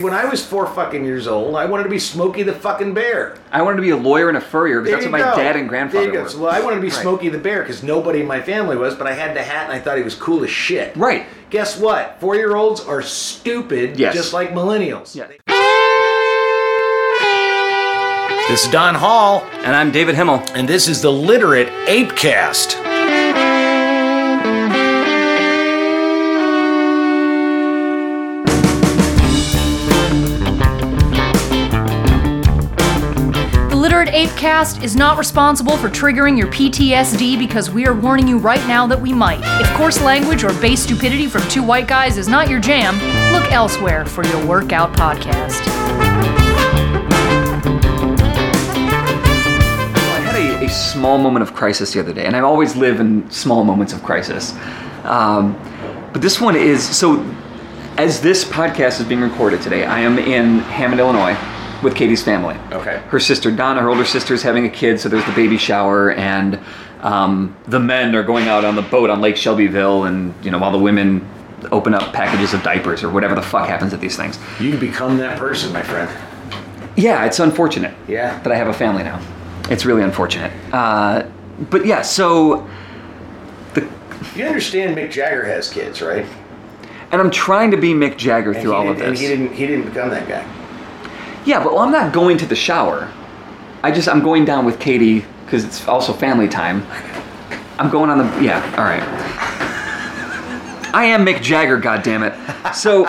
When I was four fucking years old, I wanted to be Smokey the fucking Bear. I wanted to be a lawyer and a furrier because There that's you what my go. dad and There grandfather you go. were. So, well, I wanted to be Right. Smokey the Bear because nobody in my family was, but I had the hat and I thought he was cool as shit. Right. Guess what? Four year olds are stupid, Yes. just like millennials. Yeah. This is Don Hall, And I'm David Himmel. and this is the Literate Apecast. The Literate Apecast is not responsible for triggering your PTSD because we are warning you right now that we might. If coarse language or base stupidity from two white guys is not your jam, look elsewhere for your workout podcast. Well, I had a, a small moment of crisis the other day, and I always live in small moments of crisis. Um, but this one is so, as this podcast is being recorded today, I am in Hammond, Illinois with Katie's family. Okay. Her sister Donna, her older sister, is having a kid, so there's the baby shower, and um, the men are going out on the boat on Lake Shelbyville, and, you know, while the women open up packages of diapers or whatever the fuck happens at these things. You can become that person, my friend. Yeah, it's unfortunate. Yeah. That I have a family now. It's really unfortunate. Uh, but yeah, so the You understand Mick Jagger has kids, right? and I'm trying to be Mick Jagger And through he all of didn't- And this. he didn't. He didn't become that guy. Yeah, but well, I'm not going to the shower. I just I'm going down with Katie because it's also family time. I'm going on the yeah. All right. I am Mick Jagger, goddammit. So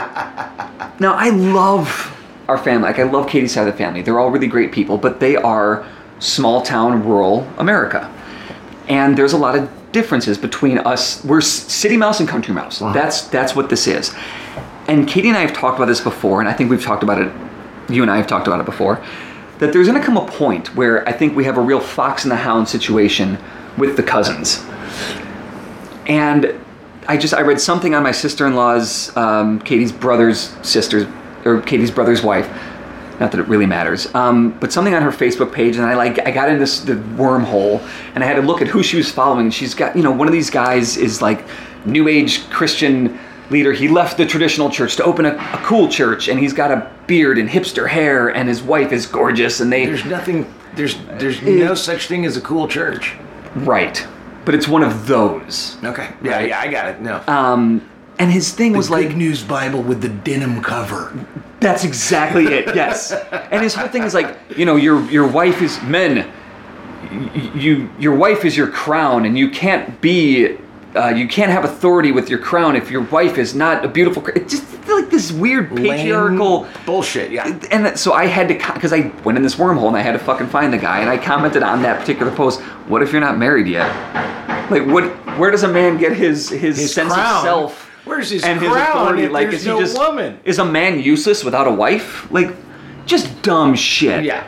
now I love our family. Like I love Katie's side of the family. They're all really great people, but they are small town rural America, and there's a lot of differences between us. We're s- city mouse and country mouse. That's that's what this is. And Katie and I have talked about this before, and I think we've talked about it. You and I have talked about it before. That there's going to come a point where I think we have a real fox and the hound situation with the cousins and I just I read something on my sister-in-law's um, Katie's brother's sister's or Katie's brother's wife. Not that it really matters, um, but something on her Facebook page, and I like I got in this the wormhole, and I had to look at who she was following. She's got you know one of these guys is like New Age Christian leader. He left the traditional church to open a, a cool church, and he's got a beard and hipster hair, and his wife is gorgeous, and they There's nothing. There's there's no such thing as a cool church. right, but it's one of those. Okay. Yeah. Yeah. I got it. No. Um, and his thing was like Uh, Big News Bible with the denim cover. That's exactly it. Yes. and his whole thing is like, you know, your your wife is men. y- You your wife is your crown, and you can't be. Uh, you can't have authority with your crown if your wife is not a beautiful. cr- It's just like this weird patriarchal Lame bullshit. Yeah. and that, so I had to because I went in this wormhole and I had to fucking find the guy and I commented on that particular post. What if you're not married yet? Like what? Where does a man get his his, His sense crown. of self? Where's his and his crown authority? if like there's is he no just woman? is a man useless without a wife? Like just dumb shit. Yeah.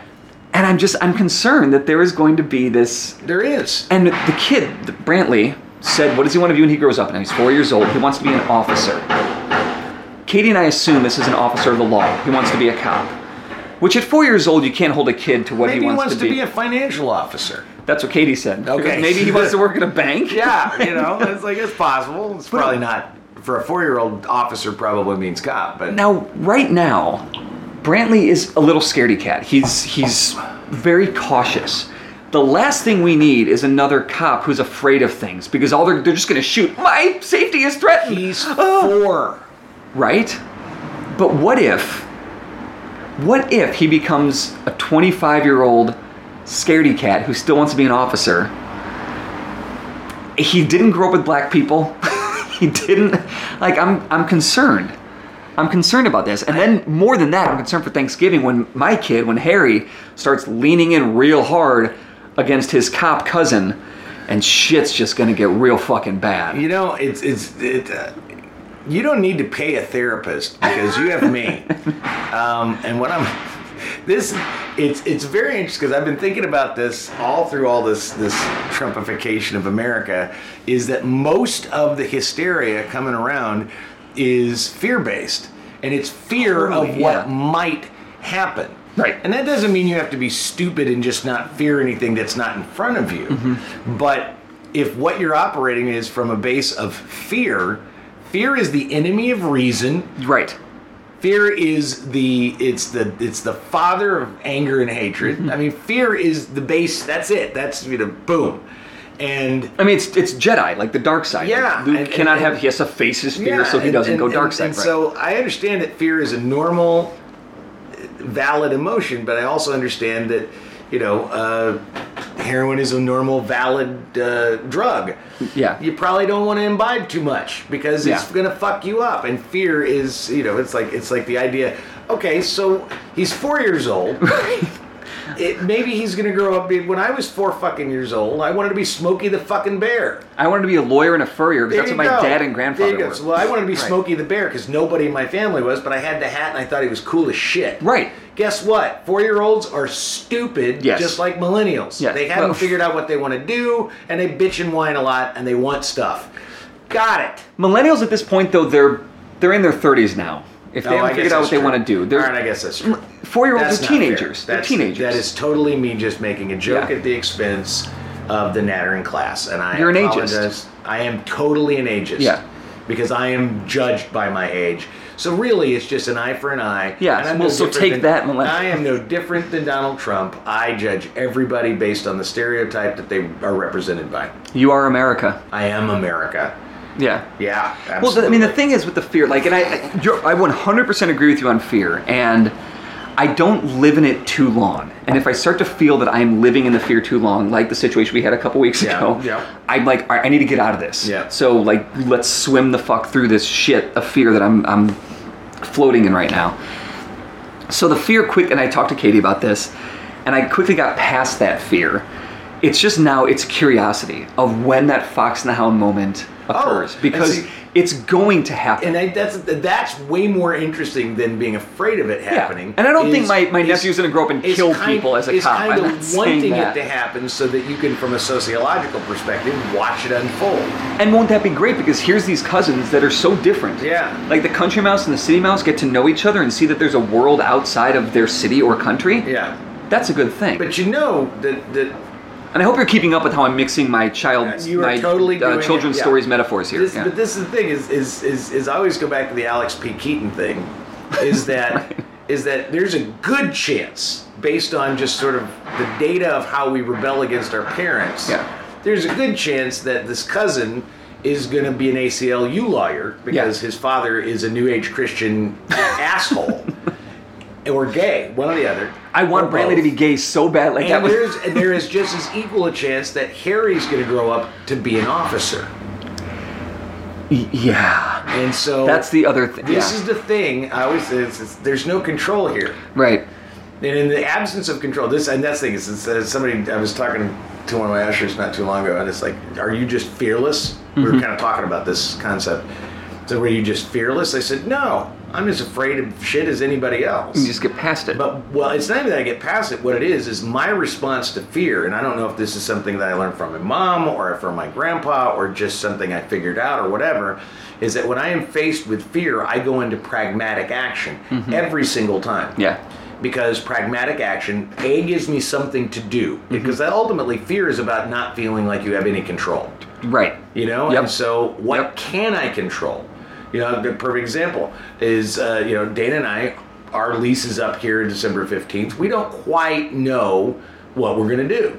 And I'm just I'm concerned that there is going to be this There is. and the kid, the- Brantley, said, What does he want to be when he grows up? And he's four years old. He wants to be an officer. Katie and I assume this is an officer of the law. He wants to be a cop. Which at four years old, you can't hold a kid to what Maybe he wants, to, be. a financial officer. That's what Katie said. Okay. Because Maybe he wants to work at a bank. Yeah, you know, it's like it's possible. It's probably not for a four-year-old officer. Probably means cop, but Now, right now, Brantley is a little scaredy cat. He's he's very cautious. The last thing we need is another cop who's afraid of things because all they're, they're just going to shoot. My safety is threatened. he's Ah. four. right? But what if, what if he becomes a 25 year old scaredy cat who still wants to be an officer? He didn't grow up with black people. he didn't, like, I'm, I'm concerned. I'm concerned about this. And then more than that, I'm concerned for Thanksgiving when my kid, when Harry starts leaning in real hard against his cop cousin and shit's just gonna get real fucking bad. You know, it's it's it. Uh, you don't need to pay a therapist because you have me. um, and what I'm this it's it's very interesting because I've been thinking about this all through all this this Trumpification of America is that most of the hysteria coming around is fear based and it's fear of Totally, what yeah. might happen. Right. And that doesn't mean you have to be stupid and just not fear anything that's not in front of you. But if what you're operating is from a base of fear, fear is the enemy of reason. Right. Fear is the it's the it's the father of anger and hatred. I mean, fear is the base. That's it. That's you know, boom, and I mean, it's it's Jedi, like the dark side. Yeah, Like, Luke and- cannot and- have. He has to face his fear, so he and- doesn't and- go dark and- side. And right. so I understand that fear is a normal, uh, valid emotion, but I also understand that, you know, uh, heroin is a normal, valid uh, drug. Yeah. You probably don't want to imbibe too much because it's Yeah. going to fuck you up. And fear is, you know, it's like it's like the idea. Okay, so he's four years old. It, maybe he's gonna grow up. being- When I was four fucking years old, I wanted to be Smokey the fucking Bear. I wanted to be a lawyer and a furrier because that's There what my you go. dad and grandfather There you go. were. So, well, I wanted to be Right. Smokey the Bear because nobody in my family was, but I had the hat and I thought he was cool as shit. Right. Guess what? Four year olds are stupid Yes. just like millennials. Yes. They haven't Well- figured out what they want to do and they bitch and whine a lot and they want stuff. Got it. Millennials at this point, though, they're they're in their 30s now. If they Oh, I haven't guess figured out that's what they true. want to do, All right, I they're guess that's true. four-year-olds That's are not fair. teenagers. They're That's- teenagers. That is totally me just making a joke Yeah. at the expense of the nattering class, and I You're an ageist. apologize. I am totally an ageist. Yeah. Because I am judged by my age. So really, it's just an eye for an eye. Yeah, And I'm well, so different take than- that, millennial. I am no different than Donald Trump. I judge everybody based on the stereotype that they are represented by. You are America. I am America. Yeah. Yeah. Well, the, I mean, the absolutely. thing is with the fear, like, and I, I, you're, I 100% agree with you on fear, and I don't live in it too long. And if I start to feel that I'm living in the fear too long, like the situation we had a couple weeks Yeah, ago, yeah. I'm like, all right, I need to get out of this. Yeah. So, like, let's swim the fuck through this shit of fear that I'm, I'm floating in right now. So the fear quick, and I talked to Katie about this, and I quickly got past that fear. It's just now it's curiosity of when that fox and the hound moment occurs and because Oh, see- it's going to happen. and I, that's that's way more interesting than being afraid of it happening. And I don't think is- my, my is- nephew's gonna grow up and is kill kind- people as a is cop. kind I'm of not saying wanting that. it to happen so that you can, from a sociological perspective, watch it unfold. And won't that be great? Because here's these cousins that are so different. Yeah. Like the country mouse and the city mouse get to know each other and see that there's a world outside of their city or country. Yeah, That's a good thing. but you know that that and I hope you're keeping up with how I'm mixing my child, You are my totally doing uh, it, children's yeah. stories metaphors here. this, Yeah. but this is the thing is is is is I always go back to the Alex P Keaton thing, is that is that there's a good chance based on just sort of the data of how we rebel against our parents. Yeah. There's a good chance that this cousin is going to be an ACLU lawyer because Yeah. his father is a New Age Christian asshole or gay, one or the other. I or want Brantley to both. be gay so bad. Like that And was there's and there is just as equal a chance that Harry's going to grow up to be an officer. Y- yeah. And so That's the other thing. This Yeah. is the thing. I always say it's, it's, there's no control here, right. and in the absence of control, this and that's the thing is it's, uh, somebody I was talking to one of my ushers not too long ago, and it's like, are you just fearless? We were kind of talking about this concept. So were you just fearless? I said, no, I'm as afraid of shit as anybody else. You just get past it. But well, it's not even that I get past it. What it is is my response to fear, and I don't know if this is something that I learned from my mom or from my grandpa or just something I figured out or whatever, is that when I am faced with fear, I go into pragmatic action every single time. Yeah. Because pragmatic action, A, gives me something to do. Because that ultimately, fear is about not feeling like you have any control. right. You know, Yep. and so what Yep. can I control? You know, a good perfect example is uh, you know Dana and I, our lease is up here December fifteenth. We don't quite know what we're gonna do,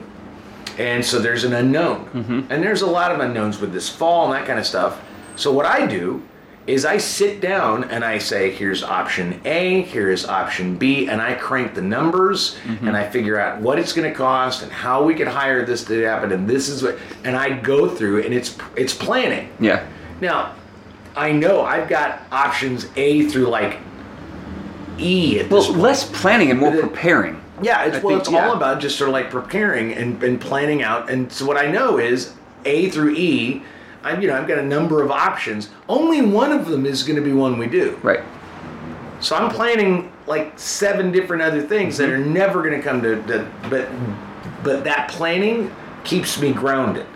and so there's an unknown, and there's a lot of unknowns with this fall and that kind of stuff. So what I do is I sit down and I say, here's option A, here is option B, and I crank the numbers and I figure out what it's going to cost and how we could hire this to happen and this is what, and I go through and it's it's planning. Yeah. Now, I know I've got options A through like E at Well, this point. less planning and more But it- preparing. Yeah, it's, I well, think- it's yeah. all about just sort of like preparing and, and planning out. And so what I know is A through E, I'm you know I've got a number of options. Only one of them is going to be one we do. Right. So I'm planning like seven different other things that Mm-hmm. are never going to come to, to. But but that planning keeps me grounded.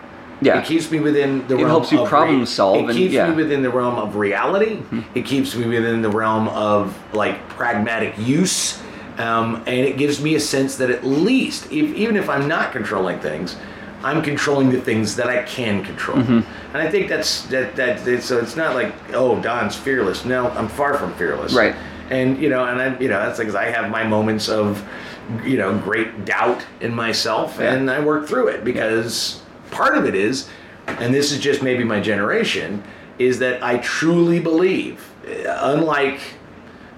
Yeah. It keeps me within the realm. helps you of problem solve and- It keeps yeah. Mm-hmm. me within the realm of reality. It keeps me within the realm of like pragmatic use, um, and it gives me a sense that at least, if, even if I'm not controlling things, I'm controlling the things that I can control. Mm-hmm. And I think that's that that. It's, so it's not like oh, Don's fearless. No, I'm far from fearless. Right. and you know, and I, you know, that's because I have my moments of, you know, great doubt in myself, Yeah. and I work through it because part of it is, and this is just maybe my generation, is that I truly believe, uh, unlike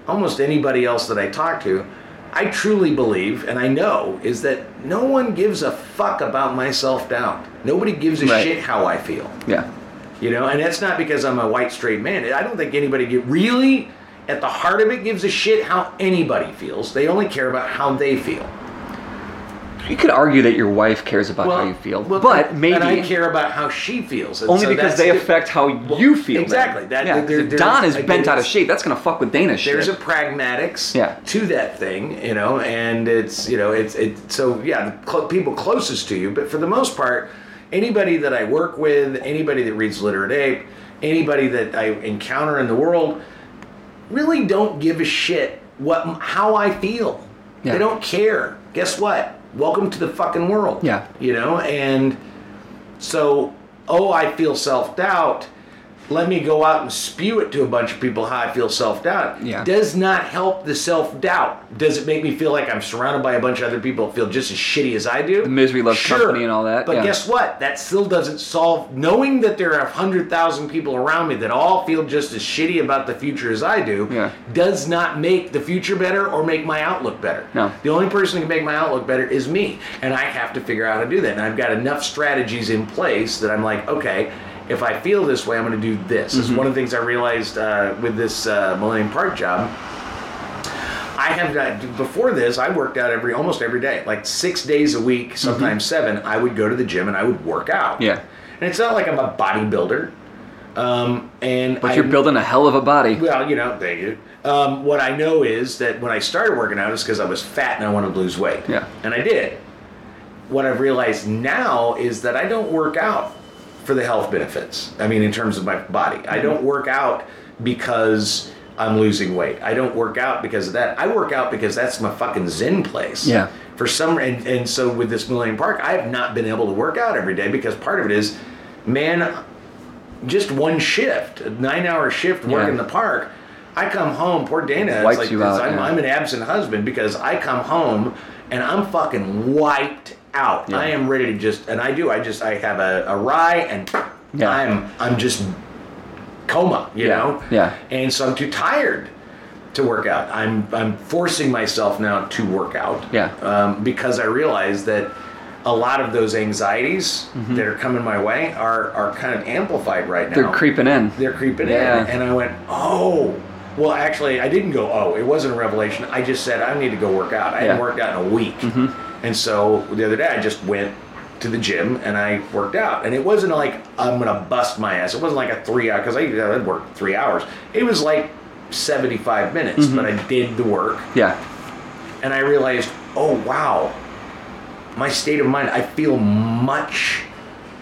almost anybody else that I talk to. I truly believe, and I know, is that no one gives a fuck about my self doubt. Nobody gives a Right. shit how I feel. Yeah. You know, and that's not because I'm a white straight man. I don't think anybody gi- really, at the heart of it, gives a shit how anybody feels. They only care about how they feel. You could argue that your wife cares about how you feel, well, but and maybe I care about how she feels. and only so because that's they the- affect how you feel. then. exactly. That- yeah, there- if there- Don is again, bent out of it's- shape. That's gonna fuck with Dana's shit. There's a pragmatics Yeah. to that thing, you know, and it's you know it's it. So yeah, the cl- people closest to you, but for the most part, anybody that I work with, anybody that reads Literate Ape, anybody that I encounter in the world, really don't give a shit what how I feel. Yeah. They don't care. Guess what? Welcome to the fucking world. Yeah. you know, and so oh, I feel self doubt. Let me go out and spew it to a bunch of people how I feel self doubt. Yeah. Does not help the self doubt. Does it make me feel like I'm surrounded by a bunch of other people who feel just as shitty as I do? The misery loves company and all that, But yeah. guess what? That still doesn't solve knowing that there are hundred thousand people around me that all feel just as shitty about the future as I do. Yeah. Does not make the future better or make my outlook better. No. The only person who can make my outlook better is me, and I have to figure out how to do that. And I've got enough strategies in place that I'm like, okay, if I feel this way, I'm going to do this. Mm-hmm. It's one of the things I realized uh, with this uh, Millennium Park job. I have not before this. I worked out every almost every day, like six days a week, sometimes seven. I would go to the gym and I would work out. Mm-hmm. Yeah. and it's not like I'm a bodybuilder. Um, and but you're I- building a hell of a body. well, you know, thank you. Um, what I know is that when I started working out is because I was fat and I wanted to lose weight. Yeah. And I did. What I've realized now is that I don't work out for the health benefits. I mean, in terms of my body, Mm-hmm. I don't work out because I'm losing weight. I don't work out because of that. I work out because that's my fucking zen place. Yeah. For some, and, and so with this Millennium Park, I have not been able to work out every day because part of it is, man, just one shift, a nine hour shift work Yeah. in the park. I come home, poor Dana. it's Wipes like, you out, I'm, yeah. I'm an absent husband because I come home and I'm fucking wiped out. I am ready to just, and I do. I just, I have a, a rye and Yeah. I'm, I'm just coma, you Yeah, know. yeah. And so I'm too tired to work out. I'm, I'm forcing myself now to work out. Yeah. Um, because I realize that a lot of those anxieties that are coming my way are, are kind of amplified right now Mm-hmm. They're creeping in. they're creeping Yeah. in. And I went, oh. Well, actually, I didn't go, oh, it wasn't a revelation. I just said, I need to go work out. I hadn't Yeah. Mm-hmm. worked out in a week. And so the other day, I just went to the gym and I worked out. And it wasn't like, I'm going to bust my ass. It wasn't like a three hour, because I would work three hours. It was like 75 minutes, Mm-hmm. but I did the work Yeah. and I realized, oh wow, my state of mind. I feel much,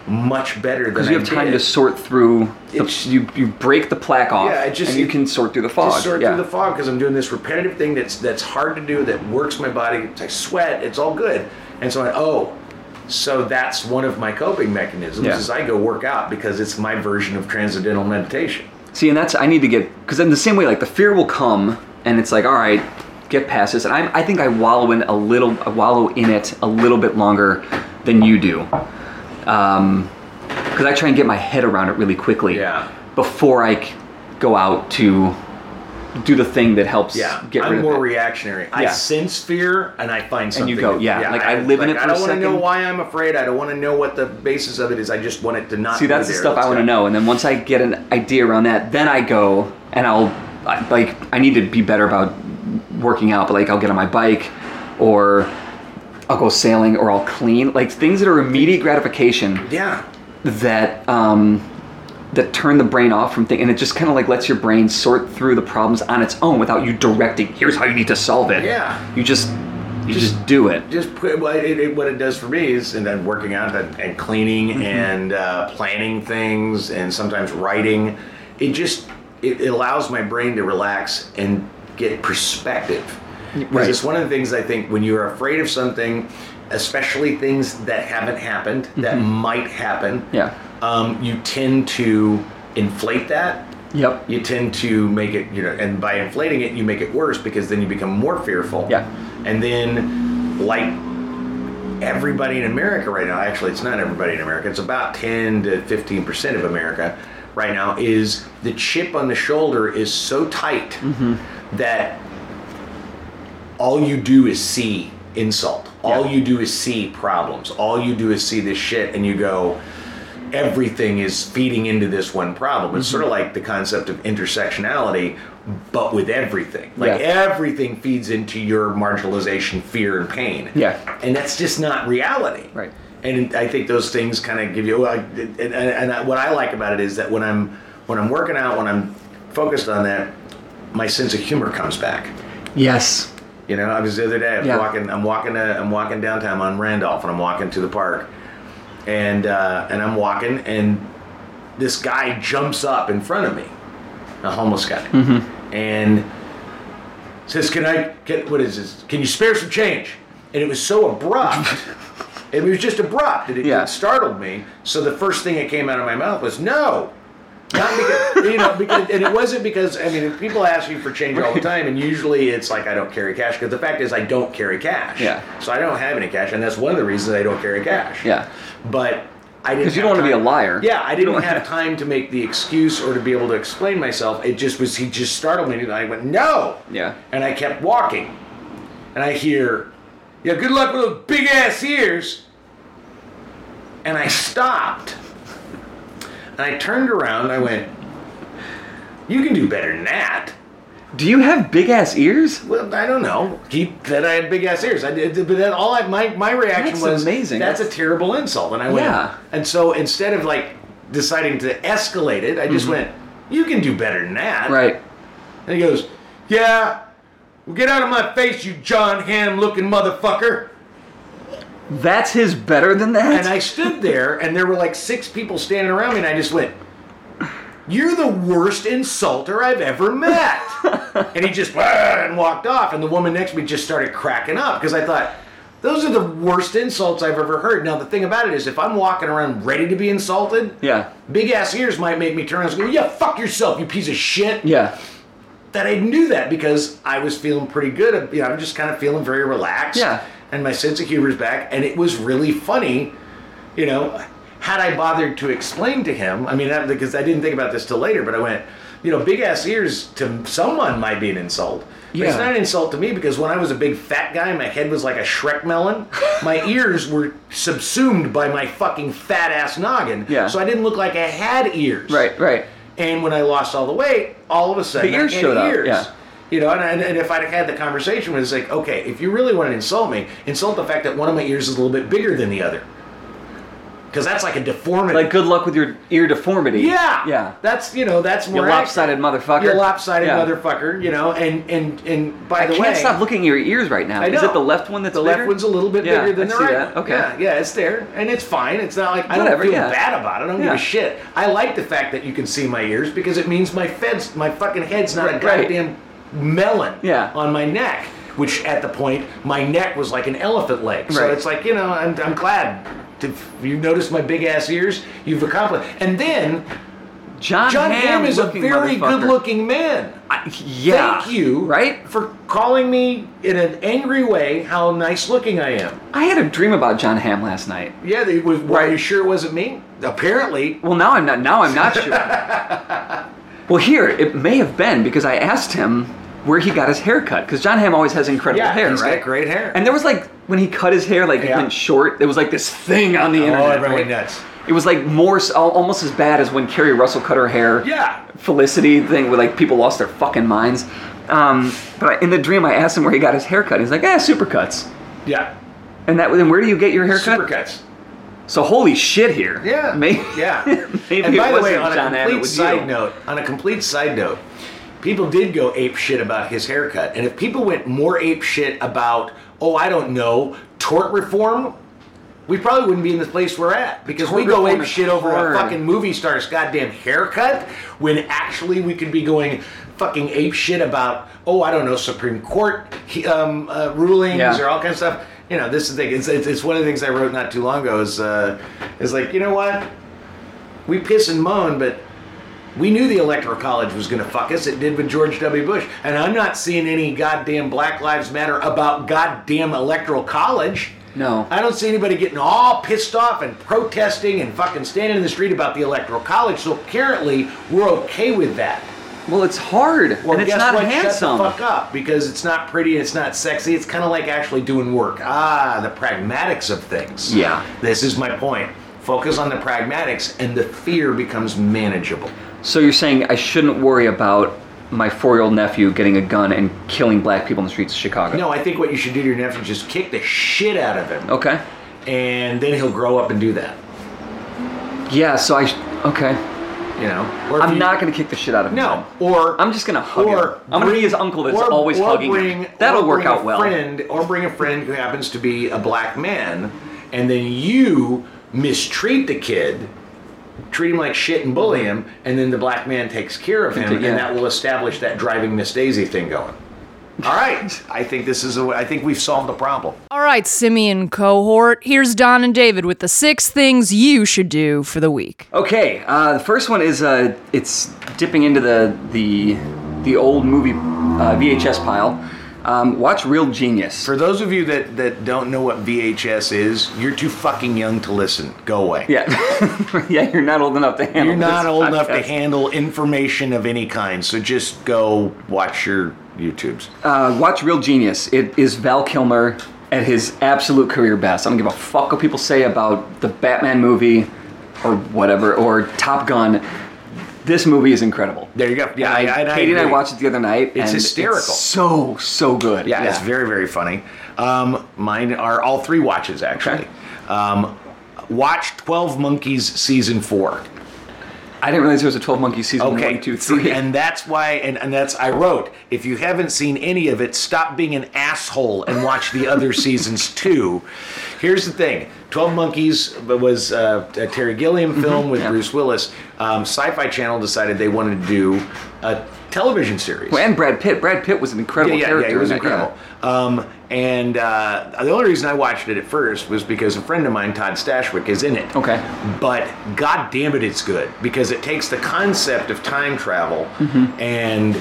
much better than Because you I have time did. to sort through. The, It's- you you break the plaque off. Yeah, it just- and you it- can sort through the fog. Just sort yeah. through the fog because I'm doing this repetitive thing that's that's hard to do that works my body. I sweat. It's all good. And so I oh, so that's one of my coping mechanisms Yeah. is I go work out because it's my version of transcendental meditation. See, and that's I need to get because in the same way, like the fear will come, and it's like, all right, get past this. And I, I think I wallow in a little, I wallow in it a little bit longer than you do, because I try and get my head around it really quickly Yeah. before I c- go out to do the thing that helps Yeah, get rid I'm of more it. reactionary. I Yeah. sense fear and I find something. you go, yeah, like, I live in it I for a don't want to know second. why I'm afraid. I don't want to know what the basis of it is. I just want it to not. See, be that's the there. stuff Let's I want go. to know. And then once I get an idea around that, then I go and I'll I- like I need to be better about working out, but like I'll get on my bike or I'll go sailing or I'll clean like things that are immediate gratification Yeah, that um that turn the brain off from things and it just kind of like lets your brain sort through the problems on its own without you directing here's how you need to solve it Yeah. you just you just, do it just put, well, it, it, what it does for me is, and then working out and, and cleaning and uh, planning things, and sometimes writing. It just it, it allows my brain to relax and get perspective. 'Cause Right. It's one of the things I think when you're afraid of something, especially things that haven't happened that might happen. Yeah. Um, you tend to inflate that Yep. you tend to make it, you know, and by inflating it, you make it worse because then you become more fearful. Yeah. And then, like everybody in America right now, actually, it's not everybody in America, it's about 10 to 15% of America right now, is the chip on the shoulder is so tight that all you do is see insult. All Yeah. you do is see problems. All you do is see this shit, and you go, everything is feeding into this one problem. It's sort of like the concept of intersectionality, but with everything. Like Yeah. everything feeds into your marginalization, fear, and pain. Yeah. And that's just not reality. Right. And I think those things kind of give you. well, I- And, and, and I- what I like about it is that when I'm when I'm working out, when I'm focused on that, my sense of humor comes back. Yes. You know, I was the other day. I was Yeah. walking. I'm walking. To, I'm walking downtown on Randolph, and I'm walking to the park, and uh, and I'm walking, and this guy jumps up in front of me, a homeless guy, Mm-hmm. and says, "Can I get what is this? Can you spare some change?" And it was so abrupt. it was just abrupt. that It, Yeah. it startled me. So the first thing that came out of my mouth was no. Not because you know, because, and it wasn't because I mean, people ask me for change all the time, and usually it's like I don't carry cash because the fact is I don't carry cash. Yeah. So I don't have any cash, and that's one of the reasons I don't carry cash. Yeah. But I didn't. 'Cause you have don't wanna be time- a liar. Yeah, I didn't don't- have time to make the excuse or to be able to explain myself. It just was. He just startled me, and I went no. Yeah. And I kept walking, and I hear, yeah, good luck with those big ass ears. And I stopped, and I turned around, and I went, you can do better than that. Do you have big ass ears? Well, I don't know. He that I had big ass ears. I did, but then all I, my my reaction That's was amazing. That's, a That's- terrible insult, and I went. Yeah. And so instead of like deciding to escalate it, I just went, "You can do better than that." Mm-hmm. Right. And he goes, "Yeah, well, get out of my face, you John Ham looking motherfucker." That's his better than that? And I stood there, and there were like six people standing around me, and I just went, "You're the worst insulter I've ever met." and he just "Ah," and walked off, and the woman next to me just started cracking up because I thought. Those are the worst insults I've ever heard. Now the thing about it is, if I'm walking around ready to be insulted, Yeah. big ass ears might make me turn around and go, "Yeah, fuck yourself, you piece of shit." Yeah. that I knew that because I was feeling pretty good. You know, I'm just kind of feeling very relaxed. Yeah. And my sense of humor's back, and it was really funny. You know, had I bothered to explain to him, I mean, that, because I didn't think about this till later, but I went, you know, big ass ears to someone might be an insult. But It's Yeah. not an insult to me because when I was a big fat guy, my head was like a Shrek melon. my ears were subsumed by my fucking fat ass noggin. Yeah. So I didn't look like I had ears. Right, right. And when I lost all the weight, all of a sudden The ears I had showed up, ears. yeah. You know, and, and, and if I'd have had the conversation, it was like, okay, if you really want to insult me, insult the fact that one of my ears is a little bit bigger than the other, because that's like a deformity. Like, good luck with your ear deformity. yeah, Yeah. that's you know, that's more You lopsided motherfucker. You lopsided Yeah. motherfucker. You know, and and and by I the can't way, stop looking at your ears right now. I Is know. it the left one that's the bigger? left one's a little bit Yeah, bigger than I the see right that. one. Okay. Yeah, yeah, it's there. And it's fine. It's not like I Whatever, don't feel yeah. bad about it. I don't give Yeah. a shit. I like the fact that you can see my ears because it means my feds my fucking head's not a Right, right. goddamn melon Yeah. on my neck. Which at the point my neck was like an elephant leg. So Right. it's like, you know, I'm I'm glad to, you noticed my big ass ears, you've accomplished and then John, John Hamm is a looking very motherfucker. good looking man. I- yeah. Thank you Right? for calling me in an angry way how nice looking I am. I had a dream about John Hamm last night. Yeah, they was. Were you sure it wasn't me? Apparently. Well, now I'm not. Now I'm not sure. well, here it may have been because I asked him where he got his hair cut because John Hamm always has incredible Yeah, hair, he's got right? great hair. And there was like when he cut his hair, like it Yeah. Oh, went short. There was like this thing on the internet. everyone right? nuts. It was like more, s- al- almost as bad as when Carrie Russell cut her hair. Yeah. Felicity thing where like people lost their fucking minds. Um, but I, in the dream, I asked him where he got his hair cut. He's like, "Ah, supercuts." Yeah. And that then where do you get your haircut? Supercuts. So holy shit here. Yeah. Maybe, Yeah. maybe and by it the way, wasn't on a John Hamm, it complete was you. side note, on a complete side note, people did go ape shit about his haircut, and if people went more ape shit about, oh, I don't know, tort reform. We probably wouldn't be in the place we're at because Tort we go reform ape is shit over hard. a fucking movie star's goddamn haircut when actually we could be going fucking ape shit about oh I don't know Supreme Court he- um, uh, rulings Yeah. or all kinds of stuff. You know this is the thing. It's, it's, it's one of the things I wrote not too long ago. Is uh, is like you know what we piss and moan, but We knew the Electoral College was going to fuck us. It did with George W. Bush. And I'm not seeing any goddamn Black Lives Matter about goddamn Electoral College. No. I don't see anybody getting all pissed off and protesting and fucking standing in the street about the Electoral College. So apparently, we're okay with that. Well, it's hard, Well, and it's guess not what? handsome. Shut the fuck up because it's not pretty, it's not sexy. It's kind of like actually doing work. Ah, the pragmatics of things. Yeah. This is my point. Focus on the pragmatics, and the fear becomes manageable. So you're saying I shouldn't worry about my four-year-old nephew getting a gun and killing black people in the streets of Chicago? No, I think what you should do to your nephew is just kick the shit out of him, Okay. and then he'll grow up and do that. Yeah. So I. Sh- okay. You know, or if I'm you- not gonna kick the shit out of him. No, or I'm just gonna hug him. I'm gonna be his uncle that's or- always or hugging him. Bring, That'll or work bring out a well. Friend, or bring a friend who happens to be a black man, and then you mistreat the kid, treat him like shit and bully him, and then the black man takes care of him, Yeah. and that will establish that driving Miss Daisy thing going. All right, I think this is. A, I think we've solved the problem. All right, Simeon cohort, here's Don and David with the six things you should do for the week. Okay. Uh, the first one is uh, it's dipping into the the the old movie uh, VHS pile. Um, watch Real Genius. For those of you that that don't know what VHS is, you're too fucking young to listen. Go away. yeah. yeah. You're not old enough to handle. You're not this old enough to podcast. handle information of any kind, so just go watch your YouTubes. Uh, watch Real Genius. It is Val Kilmer at his absolute career best. I don't give a fuck what people say about the Batman movie or whatever, or Top Gun. This movie is incredible. There you go. Yeah, I, I, Katie and I agree. watched it the other night. and hysterical. so, so good. Yeah, it's very very funny. Um, mine are all three watches actually. Um, watch Twelve Monkeys season four. I didn't realize there was a 12 Monkeys season Okay, one, two, three. and that's why, and, and that's I wrote. If you haven't seen any of it, stop being an asshole and watch the other seasons too. Here's the thing: Twelve Monkeys was uh, a Terry Mm-hmm. Gilliam film with Bruce Willis. Um, Sci-Fi Channel decided they wanted to do a television series. and Brad Pitt. Brad Pitt was an incredible yeah, yeah, character. yeah, it was in that, yeah. incredible. Um, and uh, the only reason I watched it at first was because a friend of mine, Todd Stashwick, is in it. Okay. But god damn it, it's good because it takes the concept of time travel and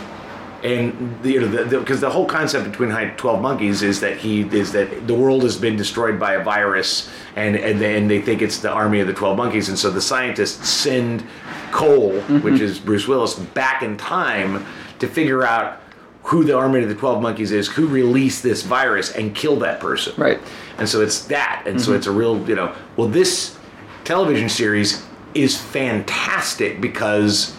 and the, you know because the, because the whole concept between High Twelve Monkeys is that he is that the world has been destroyed by a virus and and then they think it's the army of the Twelve Monkeys and so the scientists send Cole, which is Bruce Willis, back in time to figure out who the army of the 12 monkeys is who released this virus and killed that person Right. and so it's that and so it's a real you know well this television series is fantastic because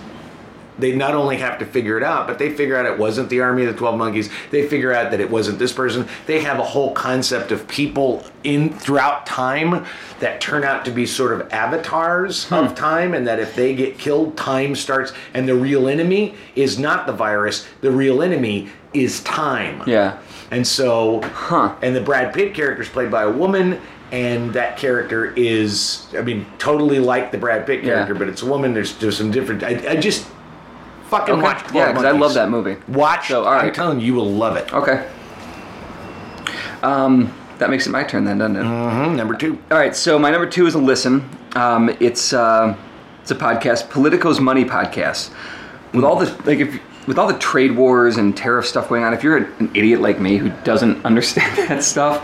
they not only have to figure it out but they figure out it wasn't the army of the 12 monkeys they figure out that it wasn't this person they have a whole concept of people in throughout time that turn out to be sort of avatars of time and that if they get killed time starts and the real enemy is not the virus the real enemy is time Yeah. and so, Huh. and the Brad Pitt character is played by a woman, and that character is, I mean, totally like the Brad Pitt Yeah. character, but it's a woman. There's there's some different. I, I just fucking Okay. watch. 12 Yeah, 'cause I Monkeys. love that movie. Watch. So, all I'm right. telling you, you will love it. Okay. Um, that makes it my turn then, doesn't it? Mhm, number two. All right, so my number two is a listen. Um, it's uh, it's a podcast, Politico's Money Podcast. With all the like, if with all the trade wars and tariff stuff going on, if you're an idiot like me who doesn't understand that stuff,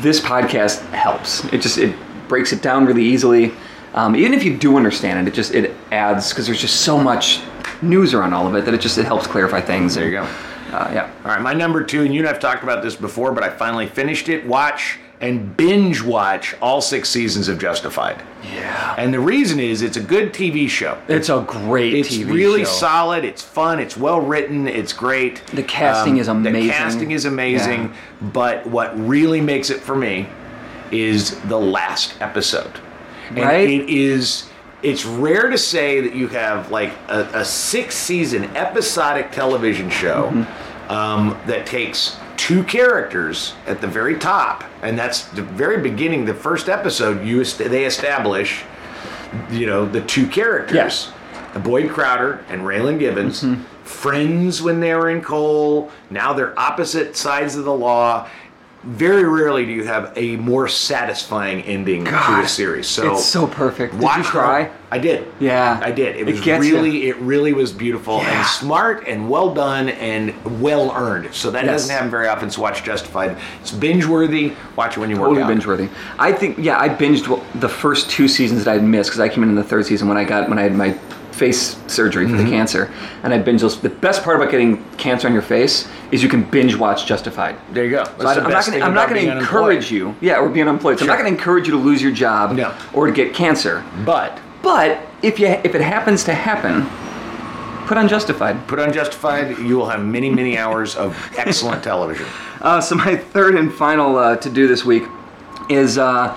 this podcast helps. It just it breaks it down really easily. Um, even if you do understand it, it just it adds because there's just so much news around all of it that it just it helps clarify things. There you go. Uh, yeah. All right, my number two, and you and I've talked about this before, but I finally finished it. Watch and binge watch all six seasons of Justified. Yeah. And the reason is it's a good TV show. It's a great It's TV really show. solid. It's fun. It's well written. It's great. Um, The casting is amazing. The casting is amazing. But what really makes it for me is the last episode. And Right? It is. It's rare to say that you have like a, a six-season episodic television show Mm-hmm. um, that takes two characters at the very top, and that's the very beginning, the first episode. You est- they establish you know the two characters Uh, Yes. boyd crowder and raylan givens Mm-hmm. friends when they were in cole now they're opposite sides of the law very rarely do you have a more satisfying ending to a series. So it's so perfect. Did watch you cry? Her. I did. Yeah. I did. It It was gets ya. really, it really was beautiful Yeah. and smart and well done and well earned. So that Yes. doesn't happen very often. So watch Justified. It's binge worthy. Watch it when you work Totally out. binge worthy. I think yeah, I binged w- the first two seasons that I missed because I came in in the third season when I got when I had my face surgery for the cancer, and I binged those. The best part about getting cancer on your face is you can binge watch Justified. There you go. So I, am not gonna, I'm not going to encourage you. Yeah, or being unemployed. So I'm not Sure. Mm-hmm. going to encourage you to lose your job No. or to get cancer. But But if you if it happens to happen, put on Justified. put on Justified, you will have many, many hours of excellent television. Uh, so my third and final uh, to do this week is uh,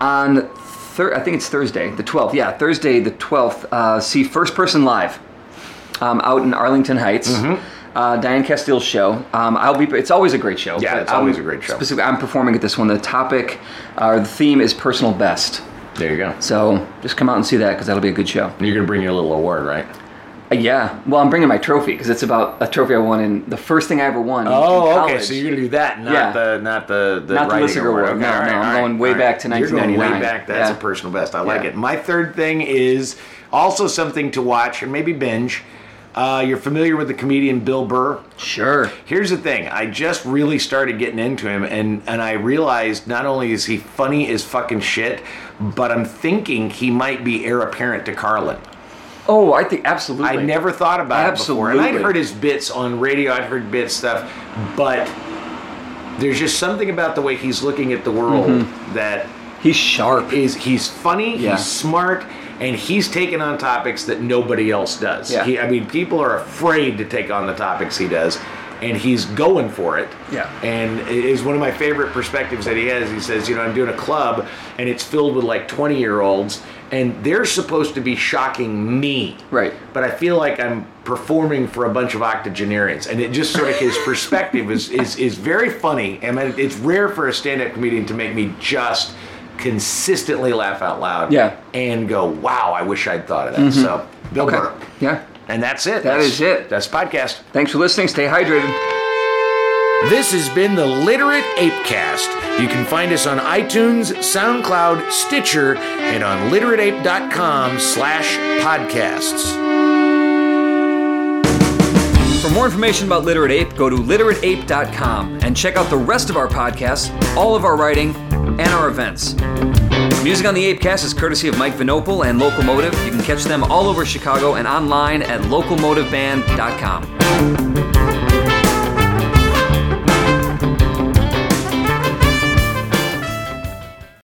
on thir- I think it's Thursday, the 12th. Yeah, Thursday the 12th. Uh, see First Person Live um, out in Arlington Heights. Uh, Diane Castile's show. Um, I'll be. It's always a great show. Mm-hmm. Yeah, but it's always I'm- a great show. Specifically, I'm performing at this one. The topic uh, or the theme is personal best. There you go. So just come out and see that because that'll be a good show. You're going to bring your little award, right? Uh, yeah. Well, I'm bringing my trophy because it's about a trophy I won in the first thing I ever won. in Oh, okay. college. So you're gonna do that, not Yeah. the not the the Not the writing Lissinger award. Award. No, all no, I'm all going way all back to You're going way 1999. back. That's Yeah. a personal best. I like Yeah. it. My third thing is also something to watch and maybe binge. Uh, you're familiar with the comedian Bill Burr. Sure. Here's the thing. I just really started getting into him, and and I realized not only is he funny as fucking shit, but I'm thinking he might be heir apparent to Carlin. Oh, I think absolutely. I never thought about it before. And I'd Absolutely. heard his bits on radio, I'd heard bit stuff, but there's just something about the way he's looking at the world that He's sharp. is he's funny, Yeah. he's smart, and he's taking on topics that nobody else does. Yeah. He, I mean, people are afraid to take on the topics he does, and he's going for it. Yeah. And it is one of my favorite perspectives that he has. He says, you know, I'm doing a club, and it's filled with like 20 year olds, and they're supposed to be shocking me. Right. But I feel like I'm performing for a bunch of octogenarians, and it just sort of his perspective is is is very funny. And I- it's rare for a stand-up comedian to make me just consistently laugh out loud. Yeah. Mm-hmm. And go, wow, I wish I'd thought of that. So Bill Okay. Burr. Yeah. And that's it. That that's, is it. That's podcast. Thanks for listening. Stay hydrated. This has been the Literate Apecast. You can find us on iTunes, SoundCloud, Stitcher, and on literateape.com slash podcasts. For more information about Literate Ape, go to literateape.com and check out the rest of our podcasts, all of our writing, and our events. Music on the Apecast is courtesy of Mike Vinopal and Locomotive. You can catch them all over Chicago and online at locomotiveband.com.